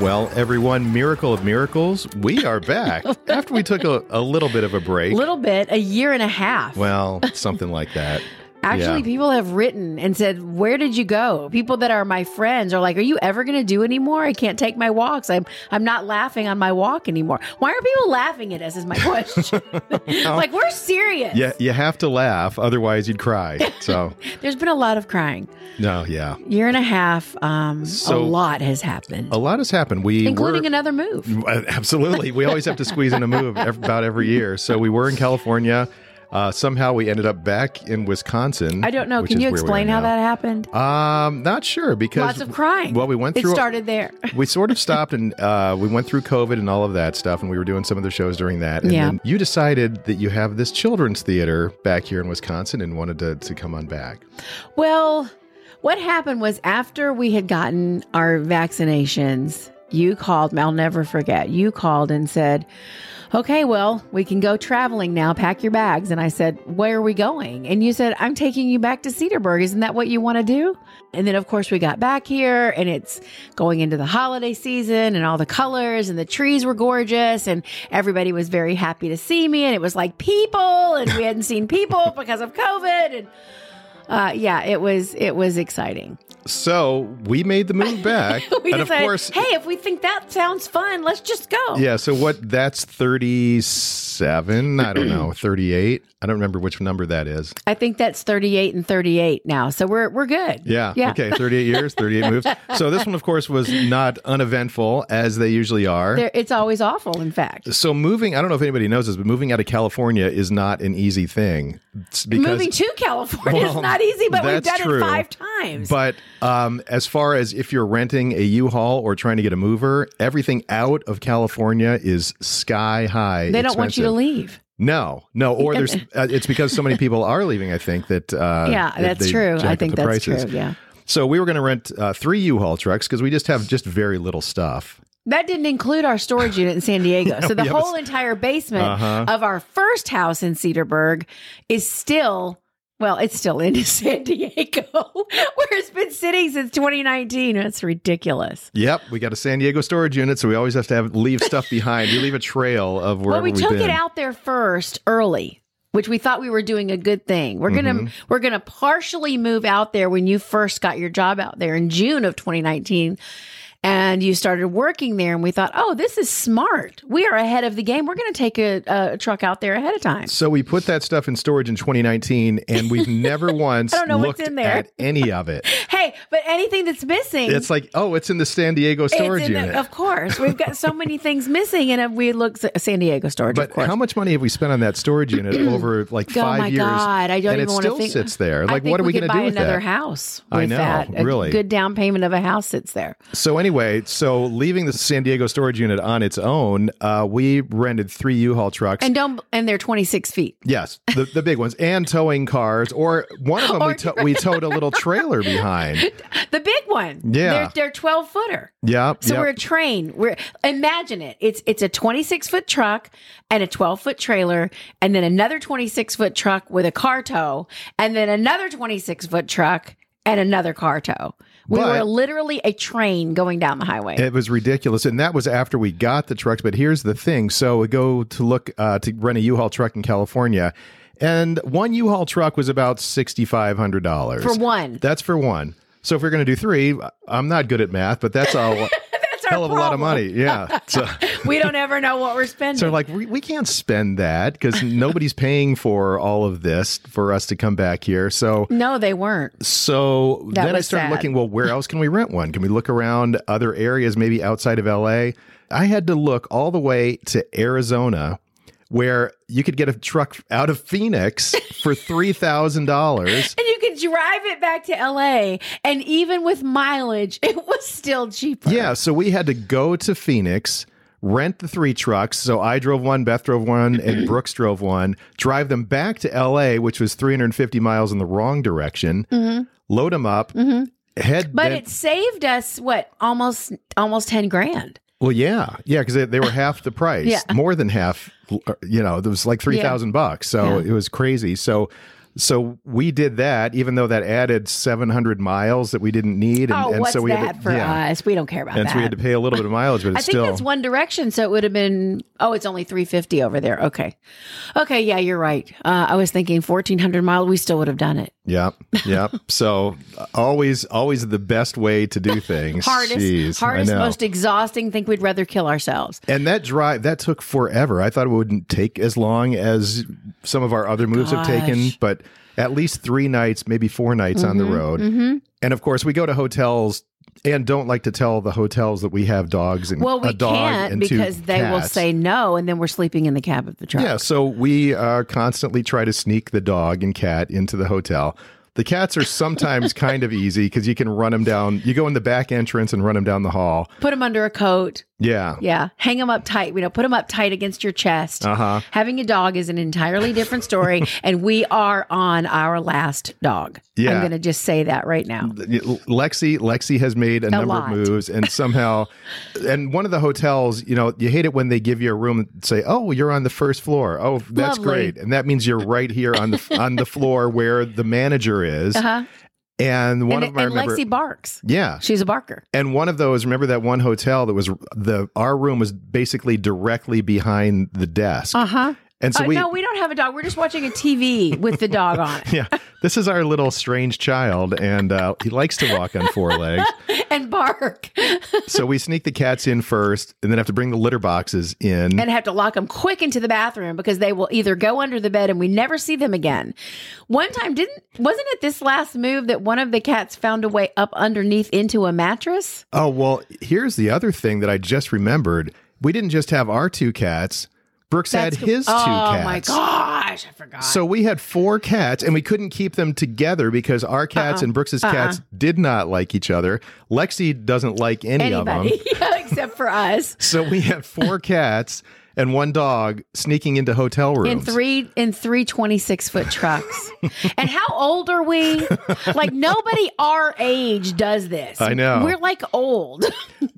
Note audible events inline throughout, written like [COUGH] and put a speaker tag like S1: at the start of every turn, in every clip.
S1: Well, everyone, miracle of miracles, we are
S2: [LAUGHS]
S1: back after we took a, a little bit of a break.
S2: little [LAUGHS] bit, a year and a half.
S1: Well, something like that.
S2: Actually,
S1: yeah.
S2: people have written and said, "Where did you go?" People that are my friends are like, "Are you ever going to do anymore? I can't take my walks. I'm I'm not laughing on my walk anymore." Why are people laughing at us? Is my
S1: [LAUGHS]
S2: question. [LAUGHS] like we're serious.
S1: Yeah, you have to laugh, otherwise you'd cry. So,
S2: There's been a lot of crying.
S1: no, yeah,
S2: Year and a half. Um, a
S1: So-
S2: lot has happened,
S1: a lot has happened. We
S2: including
S1: were,
S2: another move.
S1: [LAUGHS] Uh, Absolutely. We always have to squeeze in a move ev- about every year. So we were in California. Uh, somehow we ended up back in Wisconsin.
S2: I don't know.
S1: which
S2: Can
S1: is
S2: you
S1: where we are
S2: explain how
S1: now.
S2: that happened?
S1: Um, not sure because
S2: Lots of crying.
S1: Well, we went through.
S2: It started there.
S1: we sort of stopped and uh, we went through COVID and all of that stuff, and we were doing some of the shows during that. And
S2: Yeah.
S1: then you decided that you have this children's theater back here in Wisconsin and wanted to, to come on back.
S2: Well, what happened was after we had gotten our vaccinations, you called, I'll never forget, you called and said, Okay, well, we can go traveling now. Pack your bags. And I said, Where are we going? And you said, I'm taking you back to Cedarburg. Isn't that what you want to do? And then, of course, we got back here and it's going into the holiday season and all the colors and the trees were gorgeous. And everybody was very happy to see me. And it was like people, and we hadn't seen people because of COVID. And uh, yeah, it was it was exciting.
S1: So we made the move back.
S2: [LAUGHS] We
S1: and of
S2: decided,
S1: course,
S2: hey, if we think that sounds fun, let's just go.
S1: Yeah, so what that's 37, I don't
S2: [CLEARS THROAT]
S1: know, 38. I don't remember which number that is.
S2: I think that's thirty eight and thirty eight now, so we're we're good.
S1: Yeah.
S2: yeah.
S1: Okay, 38 years, 38
S2: [LAUGHS]
S1: moves. So this one of course was not uneventful as they usually are.
S2: There, it's always awful. In fact,
S1: so moving, I don't know if anybody knows this, but moving out of California is not an easy thing. It's because
S2: moving to California
S1: Well,
S2: is not easy, but we've
S1: that's
S2: done
S1: true.
S2: it five times.
S1: But um, as far as if you're renting a U-Haul or trying to get a mover, everything out of California is sky high.
S2: they don't want you to
S1: expensive.
S2: leave.
S1: No, no, or
S2: [LAUGHS]
S1: there's uh, it's because so many people are leaving. I think that uh,
S2: yeah,
S1: that
S2: that's
S1: they
S2: true.
S1: jack
S2: I
S1: up
S2: think
S1: the
S2: that's
S1: prices.
S2: true. Yeah,
S1: So we were going to rent uh, three U-Haul trucks because we just have just very little stuff.
S2: that didn't include our storage unit in San
S1: [LAUGHS]
S2: Diego. so the
S1: yeah,
S2: whole entire basement
S1: Uh-huh.
S2: of our first house in Cedarburg is still. Well, it's still in [LAUGHS] San Diego, where it's been sitting since 2019. That's ridiculous.
S1: Yep, we got a San Diego storage unit, so we always have to have leave stuff behind. You leave a trail of wherever
S2: Well, we
S1: have
S2: took
S1: been.
S2: it out there first early, which we thought we were doing a good thing. We're gonna
S1: Mm-hmm.
S2: we're gonna partially move out there when you first got your job out there in June of 2019. And you started working there, and we thought, oh, this is smart. We are ahead of the game. We're going to take a, a truck out there ahead of time.
S1: So we put that stuff in storage in 2019, and
S2: [LAUGHS]
S1: we've never once
S2: don't know what's
S1: looked
S2: in there.
S1: at any of
S2: [LAUGHS]
S1: it.
S2: Hey, but anything that's missing,
S1: It's like, oh, it's in the San Diego
S2: it's
S1: storage
S2: in the-
S1: unit.
S2: of course, we've got so many things missing, and we look San Diego storage.
S1: but
S2: of course.
S1: how much money have we spent on that storage
S2: [CLEARS THROAT]
S1: unit over like
S2: Oh
S1: five
S2: my
S1: years?
S2: God, I don't
S1: and
S2: even
S1: it
S2: wanna
S1: still
S2: think-
S1: sits there.
S2: I
S1: Like,
S2: think
S1: what are we,
S2: could
S1: going to
S2: buy
S1: do with
S2: another
S1: that?
S2: house?
S1: I
S2: With
S1: know,
S2: that. A
S1: really.
S2: good down payment of a house sits there.
S1: So anyway, so leaving the San Diego storage unit on its own, uh, we rented three U-Haul trucks.
S2: And don't and they're twenty six feet.
S1: yes, the, the big ones, and towing cars, or one
S2: [LAUGHS]
S1: of them we,
S2: Or-
S1: to- we towed a little trailer
S2: [LAUGHS]
S1: behind.
S2: The big one.
S1: Yeah.
S2: They're they're twelve footer.
S1: Yep.
S2: So
S1: yep.
S2: we're a train. We're imagine it. It's it's a twenty six foot truck and a twelve foot trailer, and then another twenty six foot truck with a car tow, and then another twenty six foot truck and another car tow. We
S1: But-
S2: were literally a train going down the highway.
S1: It was ridiculous, and that was after we got the trucks. But here's the thing: so we go to look uh, to rent a U-Haul truck in California, and one U-Haul truck was about sixty five hundred dollars [LAUGHS]
S2: For one.
S1: That's for one. So if we're going to do three, I'm not good at math, but that's
S2: [LAUGHS]
S1: a
S2: That's our
S1: hell of a lot of
S2: problem.
S1: money. Yeah. So,
S2: We don't ever know what we're spending.
S1: so like we, we can't spend that
S2: [LAUGHS]
S1: because nobody's paying for all of this for us to come back here. So
S2: no, they weren't.
S1: so
S2: That
S1: then I
S2: was
S1: started
S2: sad.
S1: looking, well, where else can we rent one? Can we look around other areas, maybe outside of LA? I had to look all the way to Arizona where you could get a truck out of Phoenix
S2: [LAUGHS]
S1: for $3,000.
S2: And you could drive it back to LA. And even with mileage, [LAUGHS] it was still cheaper.
S1: Yeah, so we had to go to Phoenix, rent the three trucks. So I drove one, Beth drove one,
S2: [CLEARS THROAT]
S1: and Brooks drove one. Drive them back to LA, which was 350 miles in the wrong direction. Load them up. Head
S2: Mm-hmm. But
S1: then-
S2: it saved us what almost almost ten grand.
S1: Well, yeah, yeah, because they, they were half the price,
S2: [LAUGHS] Yeah.
S1: uh, more than half. You know, it was like three thousand bucks, so
S2: Yeah.
S1: it was crazy. So So we did that, even though that added 700 miles that we didn't need.
S2: oh, what's
S1: so we
S2: that
S1: had to,
S2: for
S1: yeah.
S2: us? We don't care about
S1: And
S2: that.
S1: so we had to pay a little bit of mileage, but it's
S2: [LAUGHS] I think
S1: still
S2: that's One Direction, so it would have been. Oh, it's only three fifty over there. Okay, okay, yeah, you're right. Uh, I was thinking fourteen hundred miles. We still would have done it.
S1: yeah, yeah. so uh, always, always the best way to do things.
S2: [LAUGHS] Hardest,
S1: Jeez, I
S2: hardest,
S1: know.
S2: most exhausting. Think we'd rather kill ourselves.
S1: And that drive that took forever. I thought it wouldn't take as long as some of our other moves have taken,
S2: Oh Gosh.
S1: but at least three nights, maybe four nights on the road.
S2: Mm-hmm.
S1: And of course, we go to hotels and don't like to tell the hotels that we have dogs and
S2: Well,
S1: a
S2: we
S1: dog
S2: can't
S1: and two
S2: because they will
S1: cats.
S2: say no, and then we're sleeping in the cab of the truck.
S1: Yeah, so we uh, constantly try to sneak the dog and cat into the hotel. The cats are
S2: [LAUGHS]
S1: sometimes kind of easy because you can run them down. You go in the back entrance and run them down the hall.
S2: Put them under a coat.
S1: Yeah.
S2: Yeah, hang them up tight. You know, put them up tight against your chest.
S1: Uh huh.
S2: Having a dog is an entirely
S1: [LAUGHS]
S2: different story, and we are on our last dog. I'm
S1: Yeah.
S2: going to just say that right now.
S1: Lexi Lexi has made a, number
S2: lot.
S1: of moves and
S2: [LAUGHS]
S1: somehow and one of the hotels, you know, you hate it when they give you a room and say, "Oh, you're on the first floor." Oh, that's
S2: Lovely.
S1: great. And that means you're right here on
S2: [LAUGHS]
S1: the on the floor where the manager is.
S2: Uh-huh.
S1: And one
S2: And,
S1: of my
S2: and
S1: remember
S2: Lexi barks.
S1: Yeah.
S2: She's a barker.
S1: And one of those, remember that one hotel that was the our room was basically directly behind the desk.
S2: Uh huh.
S1: and so we
S2: no, we don't have a dog. We're just watching a TV with the dog on
S1: [LAUGHS] yeah, this is our little strange child, and uh, he likes to walk on
S2: [LAUGHS]
S1: four legs. [LAUGHS]
S2: it and bark
S1: So we sneak the cats in first, and then have to bring the litter boxes in.
S2: and have to lock them quick into the bathroom because they will either go under the bed and we never see them again. One time, didn't wasn't it this last move that one of the cats found a way up underneath into a mattress?
S1: oh well, here's the other thing that I just remembered: we didn't just have our two cats. Brooks had his two
S2: oh
S1: cats.
S2: my gosh, I forgot.
S1: So we had four cats and we couldn't keep them together because
S2: Uh-uh.
S1: our cats and Brooks's cats did not like each other. Lexi doesn't like any of them.
S2: Anybody [LAUGHS] yeah, except
S1: [LAUGHS]
S2: for us
S1: So we had
S2: [LAUGHS]
S1: four cats and one dog sneaking into hotel rooms.
S2: in three in three 26
S1: [LAUGHS]
S2: foot trucks. and how old are we? Like nobody our age does this.
S1: I know.
S2: We're like old. [LAUGHS]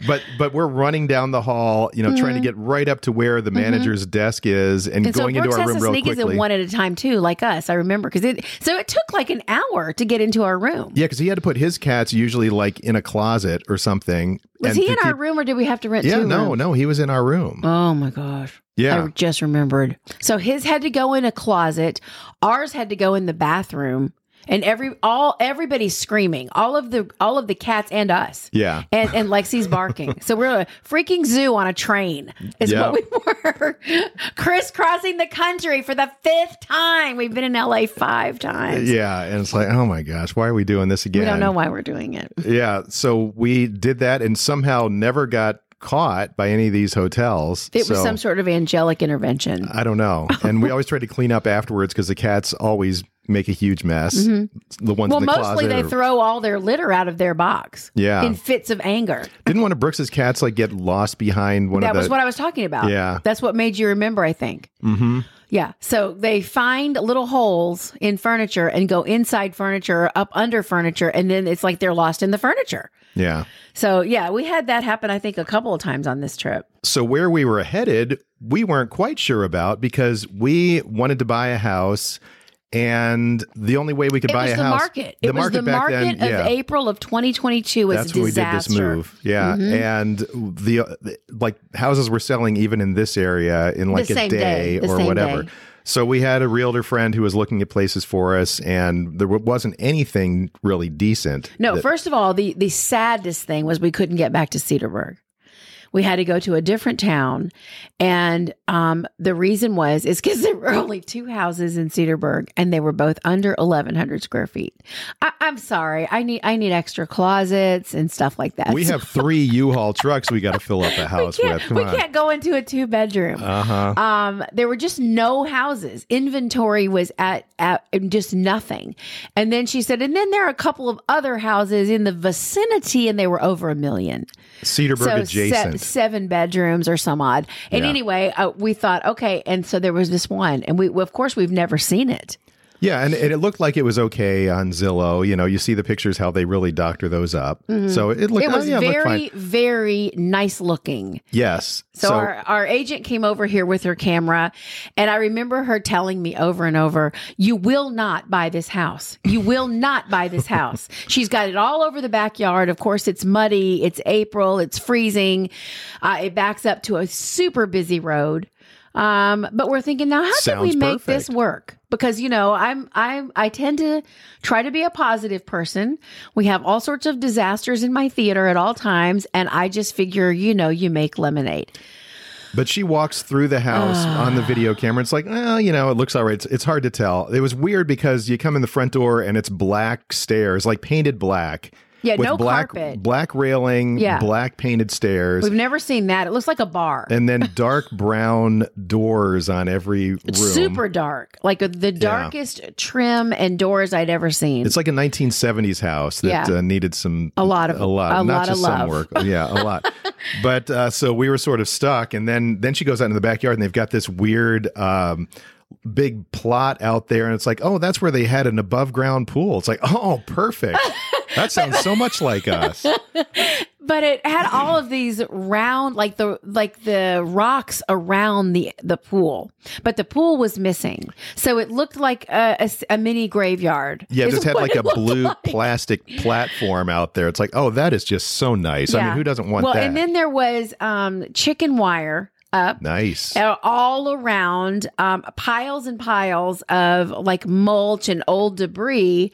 S1: But but we're running down the hall, you know, trying to get right up to where the manager's desk is and,
S2: Mm-hmm. And so
S1: going
S2: Brooks
S1: into our
S2: has
S1: room
S2: to
S1: real
S2: sneak us
S1: quickly.
S2: in one at a time too, like us. I remember because it. So it took like an hour to get into our room.
S1: yeah, because he had to put his cats usually like in a closet or something.
S2: Was
S1: and
S2: he
S1: to
S2: in our
S1: keep-
S2: room or did we have to rent?
S1: Yeah,
S2: two
S1: no,
S2: rooms?
S1: no, he was in our room.
S2: Oh my gosh.
S1: Yeah.
S2: I just remembered. So his had to go in a closet. Ours had to go in the bathroom. And every all everybody's screaming. All of the all of the cats and us.
S1: yeah.
S2: And, and Lexi's barking. So we're a freaking zoo on a train, is
S1: Yeah.
S2: what we were. [LAUGHS] Crisscrossing the country for the fifth time. We've been in LA five times.
S1: Yeah. And it's like, oh my gosh, why are we doing this again?
S2: We don't know why we're doing it.
S1: Yeah. So we did that and somehow never got caught by any of these hotels.
S2: It was
S1: So Uh,
S2: some sort of angelic intervention.
S1: I don't
S2: [LAUGHS]
S1: know. And we always tried to clean up afterwards because the cats always make a huge mess. The ones
S2: Mm-hmm. well,
S1: in the
S2: mostly
S1: closet.
S2: they
S1: or-
S2: throw all their litter out of their box
S1: Yeah.
S2: in fits of anger.
S1: Didn't one of Brooks's cats like get lost behind one
S2: That
S1: of the
S2: was what I was talking about.
S1: Yeah.
S2: That's what made you remember, I think. Mm-hmm. Yeah. So they find little holes in furniture and go inside furniture, up under furniture, and then it's like they're lost in the furniture.
S1: Yeah.
S2: So, yeah, we had that happen, I think, a couple of times on this trip.
S1: So where we were headed, we weren't quite sure about because we wanted to buy a house and the only way we could
S2: It
S1: buy
S2: was
S1: a
S2: the
S1: house
S2: market. It was the market of
S1: yeah.
S2: April of 2022. It's
S1: That's
S2: disaster. Mm-hmm.
S1: when we did this move. Yeah. And the uh, the- like houses were selling even in this area in like a
S2: same day.
S1: day,
S2: The
S1: or
S2: same
S1: whatever.
S2: day.
S1: So we had a realtor friend who was looking at places for us and there w- wasn't anything really decent.
S2: No,
S1: that-
S2: first of all, the the saddest thing was we couldn't get back to Cedarburg. We had to go to a different town, and um, the reason was is because [LAUGHS] there were only two houses in Cedarburg, and they were both under eleven hundred square feet. I, I'm sorry, I need I need extra closets and stuff like that.
S1: we have 3 U-Haul trucks we got to fill up a
S2: [LAUGHS] we
S1: house with.
S2: can't,
S1: Come
S2: we
S1: on.
S2: can't go into a two bedroom.
S1: Uh-huh.
S2: Um, there were just no houses. Inventory was at, at just nothing. And then she said, and then there are a couple of other houses in the vicinity, and they were over a million.
S1: Cedarburg
S2: so se-
S1: adjacent.
S2: seven bedrooms or some odd. And
S1: Yeah.
S2: anyway, uh, we thought, okay. And so there was this one, and we, of course, we've never seen it.
S1: Yeah, and, and it looked like it was okay on Zillow. You know, you see the pictures how they really doctor those up. So it looked
S2: Mm-hmm. It
S1: oh,
S2: was
S1: yeah, it looked
S2: very,
S1: fine.
S2: very nice looking.
S1: Yes.
S2: So, our, our agent came over here with her camera, and I remember her telling me over and over, You will not buy this house. You will not buy
S1: [LAUGHS]
S2: this house. She's got it all over the backyard. Of course, it's muddy, it's April, it's freezing. Uh, it backs up to a super busy road. Um, but we're thinking now, how can we
S1: Sounds
S2: make this
S1: perfect.
S2: work? Because you know, I'm I'm I tend to try to be a positive person. We have all sorts of disasters in my theater at all times, and I just figure, you know, you make lemonade.
S1: But she walks through the house
S2: Ah.
S1: on the video camera. It's like, well, you know, it looks all right. It's, it's hard to tell. It was weird because you come in the front door and it's black stairs, like painted black.
S2: Yeah,
S1: with
S2: no
S1: black,
S2: carpet.
S1: Black railing,
S2: Yeah.
S1: black painted stairs,
S2: We've never seen that. It looks like a bar.
S1: and
S2: [LAUGHS]
S1: then dark brown doors on every room.
S2: Super dark. Like uh, the darkest trim and doors I'd ever seen.
S1: It's like a 1970s house that
S2: Yeah.
S1: uh, needed some
S2: A lot of-
S1: a lot
S2: a
S1: not
S2: lot
S1: just
S2: of
S1: some
S2: love.
S1: work yeah a
S2: [LAUGHS]
S1: lot but uh, so we were sort of stuck and then then she goes out in the backyard and they've got this weird um, big plot out there and it's like oh that's where they had an above ground pool it's like oh perfect
S2: [LAUGHS]
S1: that sounds so much like us
S2: but it had all of these round like the like the rocks around the the pool. But the pool was missing. So it looked like a, a s- a mini graveyard.
S1: yeah it
S2: is
S1: just had
S2: what
S1: like
S2: [LAUGHS] it
S1: a
S2: looked
S1: blue
S2: like.
S1: plastic platform out there it's like oh that is just so nice i
S2: Yeah.
S1: mean who doesn't want
S2: well,
S1: that
S2: and then there was um chicken wire up
S1: nice
S2: Uh, all around um, piles and piles of like mulch and old debris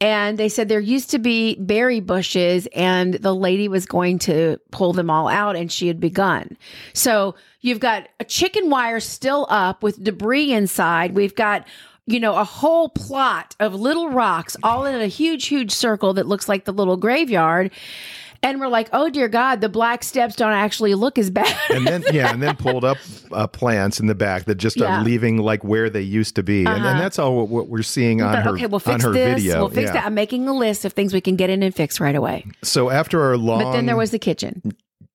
S2: and they said there used to be berry bushes and the lady was going to pull them all out and she had begun so you've got a chicken wire still up with debris inside we've got you know a whole plot of little rocks all in a huge huge circle that looks like the little graveyard and we're like oh dear god the black steps don't actually look as bad
S1: and then yeah, and then pulled up uh, plants in the back that just
S2: Yeah. Uh-huh.
S1: are leaving like where they used to be, and, and that's all what, what we're seeing on
S2: But
S1: her
S2: okay, we'll
S1: on
S2: fix
S1: her
S2: this.
S1: video.
S2: We'll fix
S1: yeah.
S2: that. I'm making a list of things we can get in and fix right away.
S1: So after our long,
S2: But then there was the kitchen.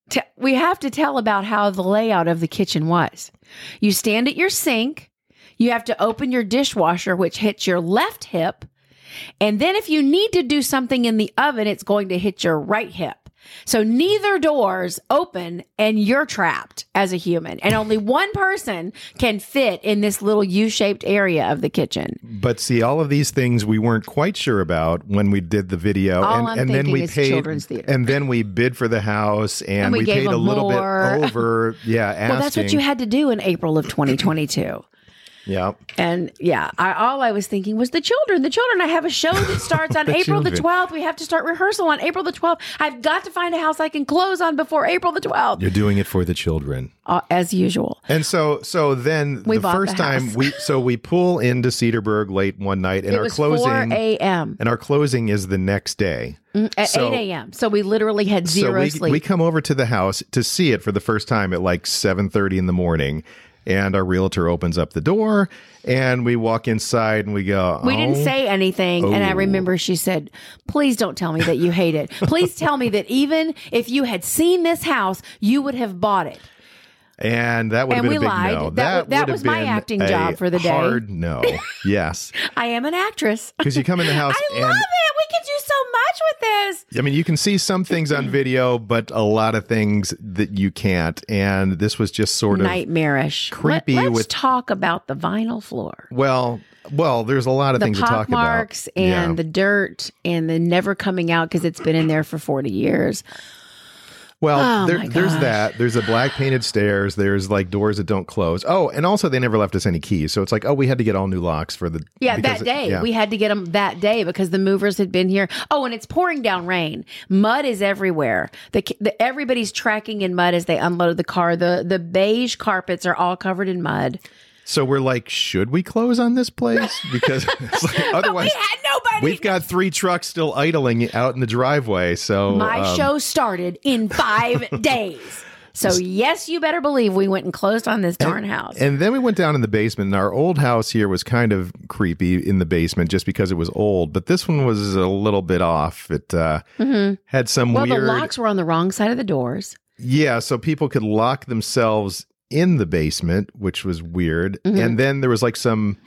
S2: Te- We have to tell about how the layout of the kitchen was. You stand at your sink, you have to open your dishwasher, which hits your left hip. And then if you need to do something in the oven, it's going to hit your right hip. So neither doors open and you're trapped as a human. And only one person can fit in this little U-shaped area of the kitchen.
S1: but see all of these things we weren't quite sure about when we did the video,
S2: All
S1: and,
S2: I'm
S1: and then
S2: thinking
S1: we
S2: is
S1: paid,
S2: children's theater.
S1: and then we bid for the house, and,
S2: And we gave
S1: paid a
S2: them
S1: little
S2: more.
S1: bit over. Yeah, asking.
S2: [LAUGHS] Well, that's what you had to do in April of 2022.
S1: yeah.
S2: And yeah, I, all I was thinking was the children, the children. I have a show
S1: [LAUGHS]
S2: that starts on April the
S1: children.
S2: 12th. We have to start rehearsal on April the 12th. I've got to find a house I can close on before April the 12th,
S1: You're doing it for the children.
S2: uh, as usual.
S1: And so so then
S2: We
S1: the
S2: bought the
S1: first time
S2: house.
S1: we so we pull into Cedarburg late one night and
S2: It
S1: our
S2: was 4
S1: closing
S2: a.m.
S1: and our closing is the next day.
S2: Mm, at
S1: so-
S2: 8 a.m. So we literally had
S1: so
S2: zero
S1: we,
S2: sleep.
S1: we come over to the house to see it for the first time at like 7.30 in the morning and our realtor opens up the door and we walk inside and we go
S2: We didn't
S1: "Oh."
S2: say anything. And I remember she said, Please don't tell me that you hate it.
S1: [LAUGHS]
S2: Please tell me that even if you had seen this house, you would have bought it.
S1: and that would have
S2: And
S1: been a
S2: we
S1: big
S2: lied.
S1: no
S2: That wa- that
S1: would have
S2: was my
S1: been
S2: acting
S1: a
S2: job for the day.
S1: hard
S2: [LAUGHS]
S1: no yes
S2: I am an actress. [LAUGHS]
S1: because you come in the house
S2: I
S1: and
S2: love it. We can do so much with this.
S1: I mean, you can see some things on video, but a lot of things that you can't. And this was just sort of
S2: Nightmarish.
S1: creepy
S2: Let, us
S1: with-
S2: talk about the vinyl floor,
S1: well, well. There's a lot of
S2: the
S1: things to talk
S2: pock
S1: about.
S2: marks, and
S1: Yeah.
S2: the dirt, and the never coming out because it's been in there for forty years.
S1: Well,
S2: Oh,
S1: there,
S2: my
S1: there's
S2: gosh.
S1: that. There's the black painted stairs. There's like doors that don't close. Oh, and also they never left us any keys. So it's like, oh, we had to get all new locks for the
S2: Yeah,
S1: because
S2: that
S1: it-
S2: day
S1: yeah.
S2: we had to get them that day because the movers had been here. Oh, and it's pouring down rain. Mud is everywhere. The, ki- the everybody's tracking in mud as they unload the car. The the beige carpets are all covered in mud.
S1: so we're like, should we close on this place?
S2: [LAUGHS]
S1: Because it's like, otherwise,
S2: We had nobody.
S1: we've got three trucks still idling out in the driveway. So
S2: My
S1: um,
S2: show started
S1: [LAUGHS]
S2: in five days. So yes, you better believe we went and closed on this darn house.
S1: And then we went down in the basement. And our old house here was kind of creepy in the basement just because it was old. But this one was a little bit off. It uh, had some
S2: Mm-hmm. well,
S1: weird.
S2: the locks were on the wrong side of the doors.
S1: Yeah, so people could lock themselves in the basement, which was weird.
S2: Mhm.
S1: And then there was like some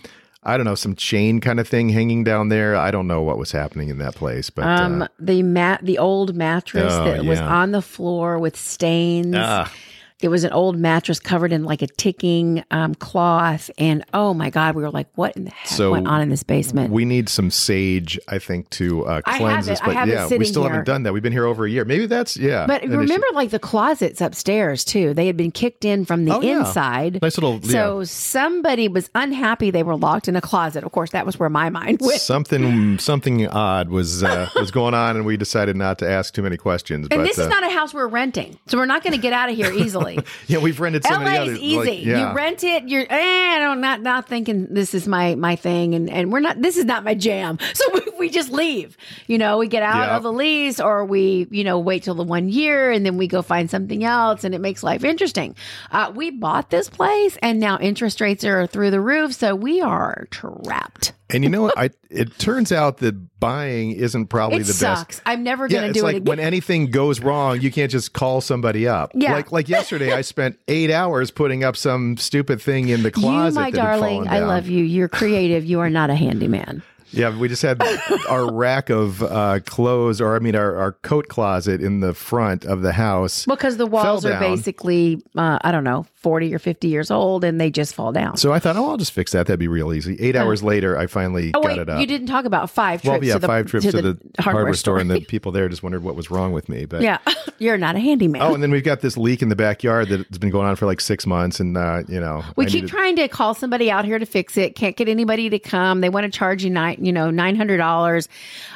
S1: I don't know, some chain kind of thing hanging down there. I don't know what was happening in that place, but
S2: um,
S1: uh,
S2: the mat, the old mattress
S1: Oh,
S2: that was
S1: yeah.
S2: on the floor with stains.
S1: ah,
S2: It was an old mattress covered in like a ticking um, cloth, and oh my god, we were like, "What in the heck
S1: So
S2: went on in this basement?"
S1: we need some sage, I think, to uh,
S2: I have
S1: cleanse
S2: it.
S1: this.
S2: I
S1: But
S2: have it
S1: yeah, we
S2: sitting
S1: still
S2: here.
S1: haven't done that. We've been here over a year. Maybe that's yeah.
S2: but
S1: an issue.
S2: remember, like the closets upstairs too, they had been kicked in from the
S1: Oh, yeah.
S2: inside.
S1: nice little
S2: So somebody was unhappy they were locked in a closet. Of course, that was where my mind
S1: yeah.
S2: went.
S1: Something something odd was uh, was going on, and we decided not to ask too many questions.
S2: And
S1: but
S2: this
S1: uh,
S2: is not a house we're renting, so we're not going to get out
S1: [LAUGHS]
S2: of here easily.
S1: yeah, we've rented so many
S2: LA
S1: others.
S2: is easy.
S1: Like, yeah.
S2: You rent it. You're eh, I don't not not thinking this is my my thing, and and we're not. This is not my jam. [LAUGHS] So we, we just leave. You know, we get out
S1: Yeah.
S2: of the lease, or we you know wait till the one year, and then we go find something else, and it makes life interesting. Uh, we bought this place, and now interest rates are through the roof, so we are trapped.
S1: and you know what? I it turns out that buying isn't probably
S2: It
S1: the best
S2: sucks. I'm never going to
S1: it's
S2: do
S1: like
S2: it again.
S1: when anything goes wrong, you can't just call somebody up.
S2: Yeah.
S1: Like like yesterday, I spent eight hours putting up some stupid thing in the
S2: you,
S1: closet.
S2: my
S1: that had
S2: darling,
S1: fallen
S2: I
S1: down.
S2: love you. You're creative. You are not a handyman.
S1: Yeah, we just had
S2: [LAUGHS]
S1: our rack of uh, clothes, or I mean, our, our coat closet in the front of the house.
S2: Because the walls are
S1: down.
S2: basically, uh, I don't know, 40 or 50 years old and they just fall down.
S1: So I thought, oh, I'll just fix that. That'd be real easy. Eight hours later, I finally
S2: oh,
S1: got
S2: wait,
S1: it up.
S2: you didn't talk about five trips
S1: well, yeah,
S2: to the,
S1: five trips to, the, hardware, store, and
S2: store.
S1: the people there just wondered what was wrong with me. But
S2: [LAUGHS] yeah, you're not a handyman.
S1: Oh, and then we've got this leak in the backyard that's been going on for like six months, and uh, you know,
S2: we
S1: I
S2: keep
S1: needed-
S2: trying to call somebody out here to fix it. Can't get anybody to come. They want to charge you nine, you know, nine hundred dollars.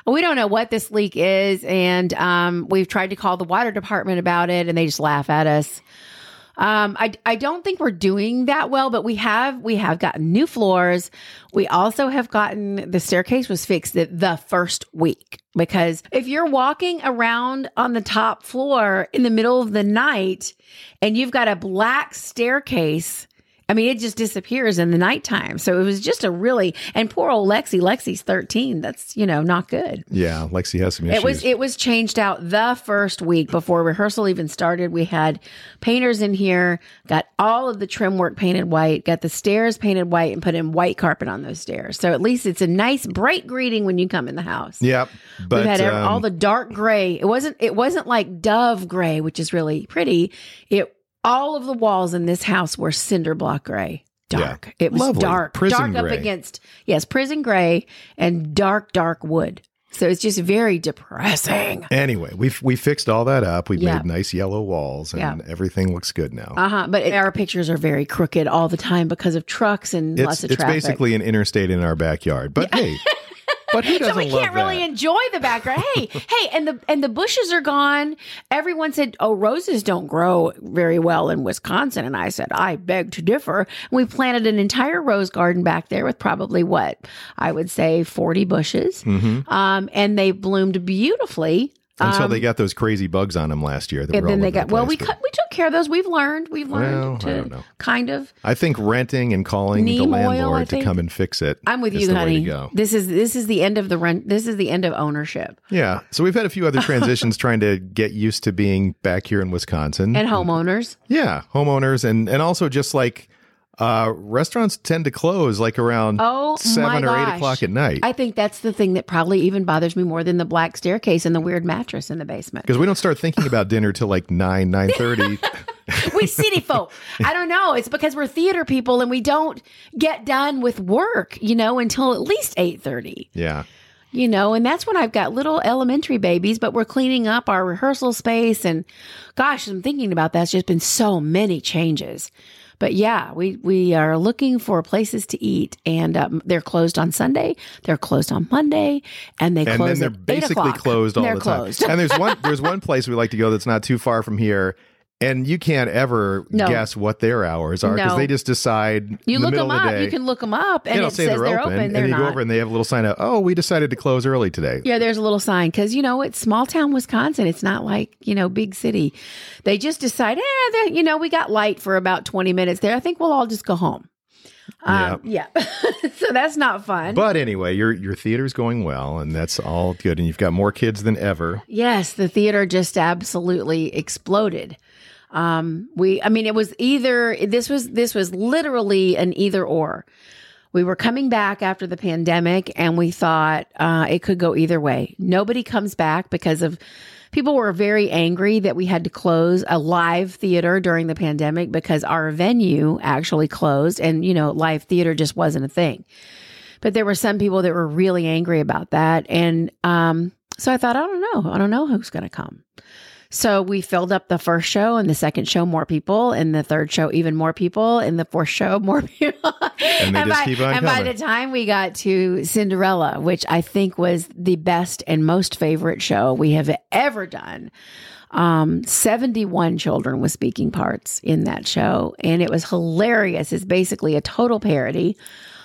S2: We don't know what this leak is, and um, we've tried to call the water department about it, and they just laugh at us. Um, I I don't think we're doing that well, but we have we have gotten new floors. We also have gotten the staircase was fixed the, the first week because if you're walking around on the top floor in the middle of the night and you've got a black staircase. I mean, it just disappears in the nighttime. So it was just a really and poor old Lexi. Lexi's thirteen. That's you know not good.
S1: Yeah, Lexi has some issues.
S2: It was it was changed out the first week before rehearsal even started. We had painters in here, got all of the trim work painted white, got the stairs painted white, and put in white carpet on those stairs. So at least it's a nice bright greeting when you come in the house.
S1: Yep. But
S2: We've had ev-
S1: um,
S2: all the dark gray. It wasn't it wasn't like dove gray, which is really pretty. It all of the walls in this house were cinder block gray.
S1: Yeah.
S2: Dark. It was
S1: Lovely.
S2: dark.
S1: Prison
S2: dark
S1: gray.
S2: up against yes, prison gray and dark, dark wood. So it's just very depressing.
S1: anyway, we we fixed all that up. We
S2: Yeah.
S1: made nice yellow walls, and
S2: Yeah.
S1: everything looks good now.
S2: Uh-huh. But it- our pictures are very crooked all the time because of trucks and
S1: it's
S2: lots of
S1: it's
S2: traffic.
S1: basically an interstate in our backyard. But hey, but who doesn't
S2: [LAUGHS] so we
S1: love
S2: can't really
S1: that?
S2: enjoy the background.
S1: [LAUGHS]
S2: Hey, hey, and the and the bushes are gone. Everyone said, "Oh, roses don't grow very well in Wisconsin," and I said, "I beg to differ." We planted an entire rose garden back there with probably what I would say forty bushes,
S1: Hmm.
S2: um, and they bloomed beautifully.
S1: Mm-hmm, Until they got those crazy bugs on them last year. That
S2: um, And
S1: were all
S2: then they
S1: over
S2: got
S1: the
S2: well.
S1: place, but
S2: We cut, we took care of those. We've learned. We've
S1: Well, I
S2: learned
S1: don't
S2: to
S1: know.
S2: kind of
S1: I think renting and calling the
S2: Neem oil, I
S1: landlord to
S2: think.
S1: come and fix it.
S2: I'm with
S1: is
S2: you,
S1: the
S2: honey.
S1: Way to go.
S2: This is this is the end of the rent. This is the end of ownership
S1: Yeah. So we've had a few other
S2: [LAUGHS]
S1: transitions trying to get used to being back here in Wisconsin. [LAUGHS]
S2: and homeowners.
S1: yeah, homeowners and and also just like uh restaurants tend to close like around
S2: Oh,
S1: seven
S2: my
S1: or eight
S2: gosh.
S1: o'clock at night.
S2: I think that's the thing that probably even bothers me more than the black staircase and the weird mattress in the basement.
S1: because we don't start thinking about dinner till like nine nine thirty.
S2: [LAUGHS] we city folk. [LAUGHS] I don't know. It's because we're theater people and we don't get done with work, you know, until at least eight thirty.
S1: yeah,
S2: You know, and that's when I've got little elementary babies. But we're cleaning up our rehearsal space, and gosh, I'm thinking about that's just been so many changes. But yeah, we we are looking for places to eat, and um, they're closed on Sunday. They're closed on Monday, and they
S1: and
S2: close.
S1: then they're
S2: at eight
S1: basically
S2: o'clock.
S1: closed all
S2: they're
S1: the
S2: closed.
S1: time. and there's
S2: [LAUGHS]
S1: one there's one place we like to go that's not too far from here. And you can't ever
S2: No.
S1: guess what their hours are because
S2: No.
S1: they just decide
S2: You
S1: in
S2: look
S1: the
S2: them
S1: middle of
S2: up.
S1: the day.
S2: You can look them up,
S1: they
S2: and
S1: don't
S2: it
S1: say
S2: says
S1: they're, open,
S2: They're
S1: and you
S2: not.
S1: go over and they have a little sign up. Oh, we decided to close early today.
S2: Yeah, there's a little sign because you know it's small town Wisconsin. It's not like you know big city. They just decide, eh, that- you know, we got light for about 20 minutes there. I think we'll all just go home. Um, yeah, [LAUGHS] so that's not fun.
S1: But anyway, your your theater's going well, and that's all good. And you've got more kids than ever.
S2: yes, the theater just absolutely exploded. Um, we, I mean, it was either this was this was literally an either or. we were coming back after the pandemic and we thought uh, it could go either way. Nobody comes back because of people were very angry that we had to close a live theater during the pandemic because our venue actually closed and, you know, live theater just wasn't a thing. But there were some people that were really angry about that. And um, so I thought, I don't know. I don't know who's going to come. So we filled up the first show and the second show, more people, and the third show, even more people, and the fourth show, [LAUGHS] more people.
S1: And they just
S2: by,
S1: keep on
S2: and by
S1: coming.
S2: the time we got to Cinderella, which I think was the best and most favorite show we have ever done, um, 71 children with speaking parts in that show. And it was hilarious. It's basically a total parody.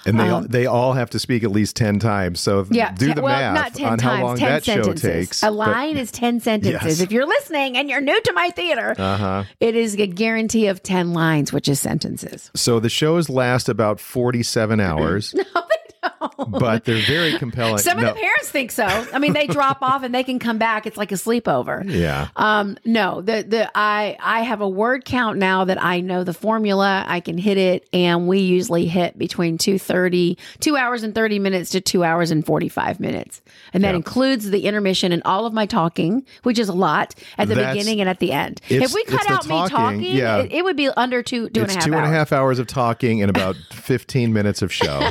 S1: And they all, they all have to speak at least ten times. So
S2: Um, Yeah.
S1: do
S2: ten-
S1: the
S2: well,
S1: math
S2: not 10
S1: on
S2: times,
S1: how long
S2: 10
S1: that
S2: sentences.
S1: show takes.
S2: A line is 10 sentences.
S1: Yes.
S2: If you're listening and you're new to my theater,
S1: Uh huh.
S2: It is a guarantee of 10 lines, which is sentences.
S1: So the shows last about forty-seven hours,
S2: [LAUGHS] No, they don't.
S1: but they're very compelling.
S2: Some of
S1: No.
S2: the parents think so. I
S1: [LAUGHS]
S2: mean, they drop off and they can come back. It's like a sleepover.
S1: yeah.
S2: Um, no, the the I I have a word count now that I know the formula. I can hit it, and we usually hit between 230, two hours and thirty minutes to two hours and forty five minutes, and that
S1: Yeah.
S2: includes the intermission and all of my talking, which is a lot at the
S1: That's-
S2: beginning and at the end.
S1: it's-
S2: If we
S1: it's
S2: cut
S1: the
S2: out me
S1: talking,
S2: talking,
S1: yeah.
S2: it, it would be under two [LAUGHS] two and a half
S1: it's two and a half
S2: hours.
S1: hours of talking and
S2: [LAUGHS]
S1: about 15 minutes of show.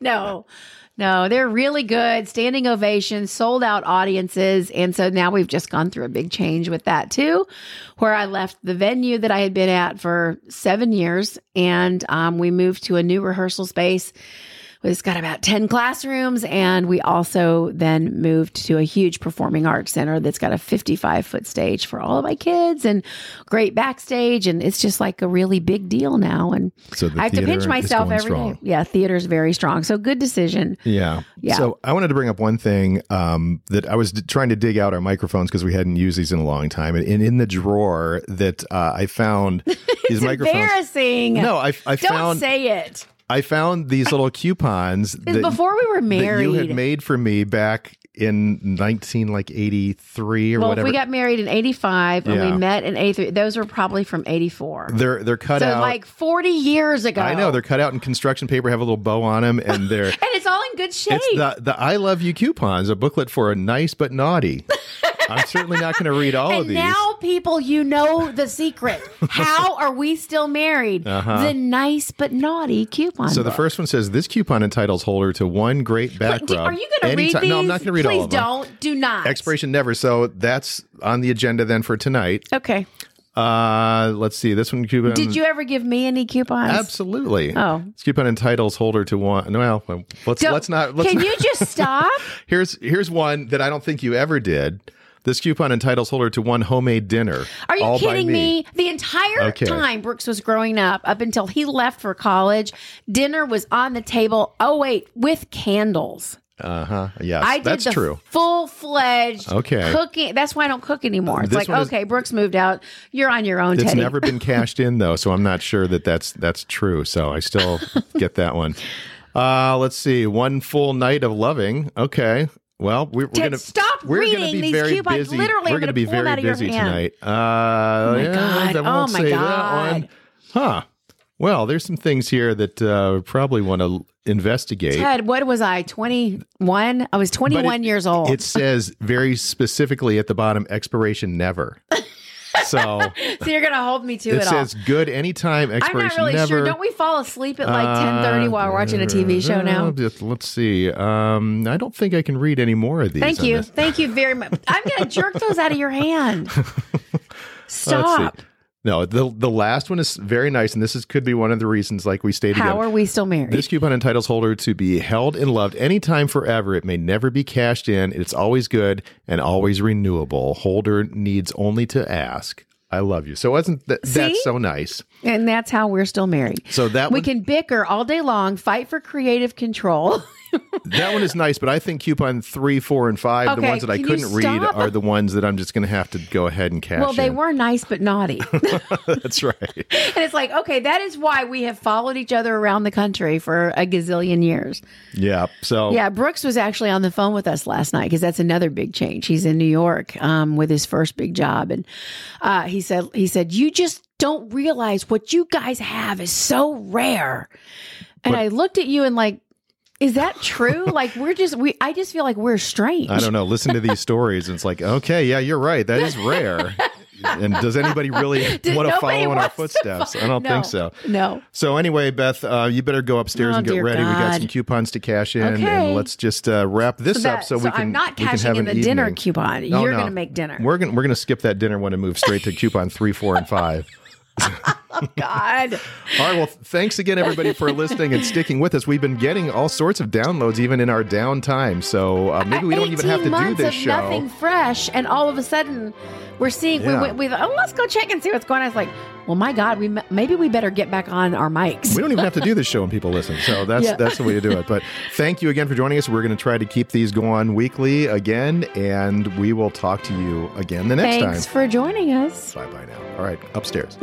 S2: no, no, they're really good. Standing ovations, sold out audiences. And so now we've just gone through a big change with that too, where I left the venue that I had been at for seven years and um, we moved to a new rehearsal space. It's got about 10 classrooms, and we also then moved to a huge performing arts center that's got a 55 foot stage for all of my kids and great backstage. And it's just like a really big deal now. And
S1: So the
S2: I have to
S1: theater
S2: pinch
S1: is
S2: myself
S1: going
S2: every day.
S1: strong.
S2: Yeah, theater's very strong. So good decision.
S1: Yeah.
S2: Yeah.
S1: So I wanted to bring up one thing um, that I was d- trying to dig out our microphones because we hadn't used these in a long time. And, and in the drawer that uh, I
S2: [LAUGHS]
S1: found these microphones.
S2: Embarrassing.
S1: No, I, I
S2: Don't
S1: found
S2: say it.
S1: I found these little coupons that,
S2: Before we were
S1: that you had
S2: married.
S1: made for me back in 19 like 83 or
S2: well, if
S1: whatever.
S2: we got married in 85 and
S1: Yeah.
S2: we met in 83, those were probably from 84.
S1: they're they're cut
S2: so
S1: out.
S2: like 40 years ago.
S1: I know they're cut out in construction paper, have a little bow on them, and
S2: [LAUGHS]
S1: they're
S2: And it's all in good shape.
S1: It's the the I love you coupons, a booklet for a nice but
S2: [LAUGHS]
S1: naughty. I'm certainly not going to read all of
S2: and
S1: these.
S2: now, people, you know the secret.
S1: [LAUGHS]
S2: How are we still married? The nice but naughty coupon.
S1: Uh-huh. so the
S2: book.
S1: first one says this coupon entitles holder to one great back
S2: But do-
S1: rub.
S2: are you going to read
S1: Anytime-
S2: these?
S1: No, I'm not going to read
S2: Please
S1: all of them.
S2: don't. Do not.
S1: Expiration never. So that's on the agenda then for tonight.
S2: Okay.
S1: Uh, let's see. This one coupon.
S2: Did you ever give me any coupons?
S1: Absolutely.
S2: Oh.
S1: This coupon entitles holder to one. Well, let's
S2: Don't-
S1: let's not. Let's
S2: can
S1: not-
S2: you just stop?
S1: [LAUGHS] Here's here's one that I don't think you ever did. This coupon entitles holder to one homemade dinner.
S2: Are you
S1: all by
S2: kidding
S1: me?
S2: me? The entire
S1: Okay.
S2: time Brooks was growing up, up until he left for college, dinner was on the table. Oh wait, with candles.
S1: Uh huh. Yes,
S2: I did
S1: that's
S2: the
S1: true.
S2: full fledged
S1: Okay.
S2: cooking. That's why I don't cook anymore. It's
S1: This
S2: like
S1: one is-
S2: okay, Brooks moved out. You're on your own,
S1: It's
S2: Teddy.
S1: never been cashed in though, so I'm not sure that that's that's true. So I
S2: [LAUGHS]
S1: still get that one. Uh, let's see, one full night of loving. Okay, well we, we're
S2: Ted,
S1: gonna
S2: stop
S1: we're gonna
S2: reading
S1: be
S2: these
S1: very
S2: coupons.
S1: busy.
S2: Literally,
S1: we're gonna
S2: I'm gonna
S1: be
S2: pull 'em
S1: very
S2: out of your
S1: busy
S2: hand.
S1: tonight. Uh, oh
S2: my
S1: yeah,
S2: God.
S1: I
S2: Oh
S1: won't
S2: my
S1: say
S2: God.
S1: that one. Huh? Well, there's some things here that uh, we probably want to investigate.
S2: Ted, what was I? Twenty one. I was twenty one years old.
S1: It says very specifically at the bottom, expiration
S2: [LAUGHS]
S1: never. So
S2: so you're gonna hold me to it,
S1: it
S2: all.
S1: says good anytime
S2: I'm
S1: expiration
S2: not really
S1: never.
S2: sure. Don't we fall asleep at like 10:30 while we're watching a TV show
S1: Uh,
S2: now?
S1: just- Let's see. Um, I don't think I can read any more of these.
S2: Thank
S1: on
S2: you.
S1: this.
S2: [LAUGHS] Thank you very much. I'm going to jerk those out of
S1: [LAUGHS]
S2: your hand.
S1: Uh, Let's see.
S2: Stop.
S1: No, the the last one is very nice, and this is could be one of the reasons, like we stated.
S2: How
S1: again,
S2: are we still married?
S1: This coupon entitles holder to be held and loved anytime forever. It may never be cashed in. It's always good and always renewable. Holder needs only to ask. I love you. So wasn't that
S2: See?
S1: that's so nice?
S2: and that's how we're still married.
S1: So that
S2: We
S1: one,
S2: can bicker all day long, fight for creative control. [LAUGHS]
S1: that one is nice, but I think coupon three, four, and five, the
S2: Okay,
S1: ones that I
S2: can you
S1: couldn't read,
S2: stop?
S1: are the ones that I'm just going to have to go ahead and cash.
S2: well, they
S1: in.
S2: were nice but naughty. and
S1: [LAUGHS] That's right.
S2: it's like, okay, that is why we have followed each other around the country for a gazillion years.
S1: Yeah. So
S2: Yeah, Brooks was actually on the phone with us last night because that's another big change. He's in New York um, with his first big job, and uh, he said, "He said you just don't realize what you guys have is so rare." And
S1: But-
S2: I looked at you and like, is that
S1: [LAUGHS]
S2: true? like we're just we I just feel like we're strange.
S1: I don't know. Listen to
S2: [LAUGHS]
S1: these stories, and it's like, okay, yeah, you're right. That is rare. and does anybody really [LAUGHS]
S2: Did
S1: want to
S2: nobody
S1: follow in our
S2: wants to
S1: footsteps? I don't
S2: No.
S1: think so.
S2: No.
S1: So anyway, Beth, uh, you better go upstairs
S2: Oh,
S1: and get
S2: dear
S1: ready. We got
S2: God.
S1: some coupons to cash in,
S2: Okay.
S1: and let's just uh, wrap this up
S2: That-
S1: so, we can.
S2: I'm not
S1: we can
S2: cashing
S1: have
S2: in
S1: an
S2: the dinner
S1: evening. Oh,
S2: coupon.
S1: No,
S2: You're
S1: no.
S2: gonna make dinner.
S1: We're gonna we're gonna skip that dinner one and move straight
S2: [LAUGHS]
S1: to coupon three, four, and five.
S2: God.
S1: All
S2: [LAUGHS]
S1: right. Well, thanks again, everybody, for listening and sticking with us. We've been getting all sorts of downloads, even in our downtime. So uh, maybe we don't even have to
S2: 18
S1: do
S2: months
S1: this
S2: of
S1: show.
S2: Nothing fresh, and all of a sudden, we're seeing.
S1: Yeah.
S2: We, we, we, oh, let's go check and see what's going on. It's like, well, my God, we m- maybe we better get back on our mics.
S1: We don't even have to do this show when people listen.
S2: [LAUGHS]
S1: So that's
S2: Yeah.
S1: that's the way to do it. But thank you again for joining us. We're going to try to keep these going weekly again, and we will talk to you again the next
S2: Thanks for joining us.
S1: time. Bye bye now. All right, upstairs.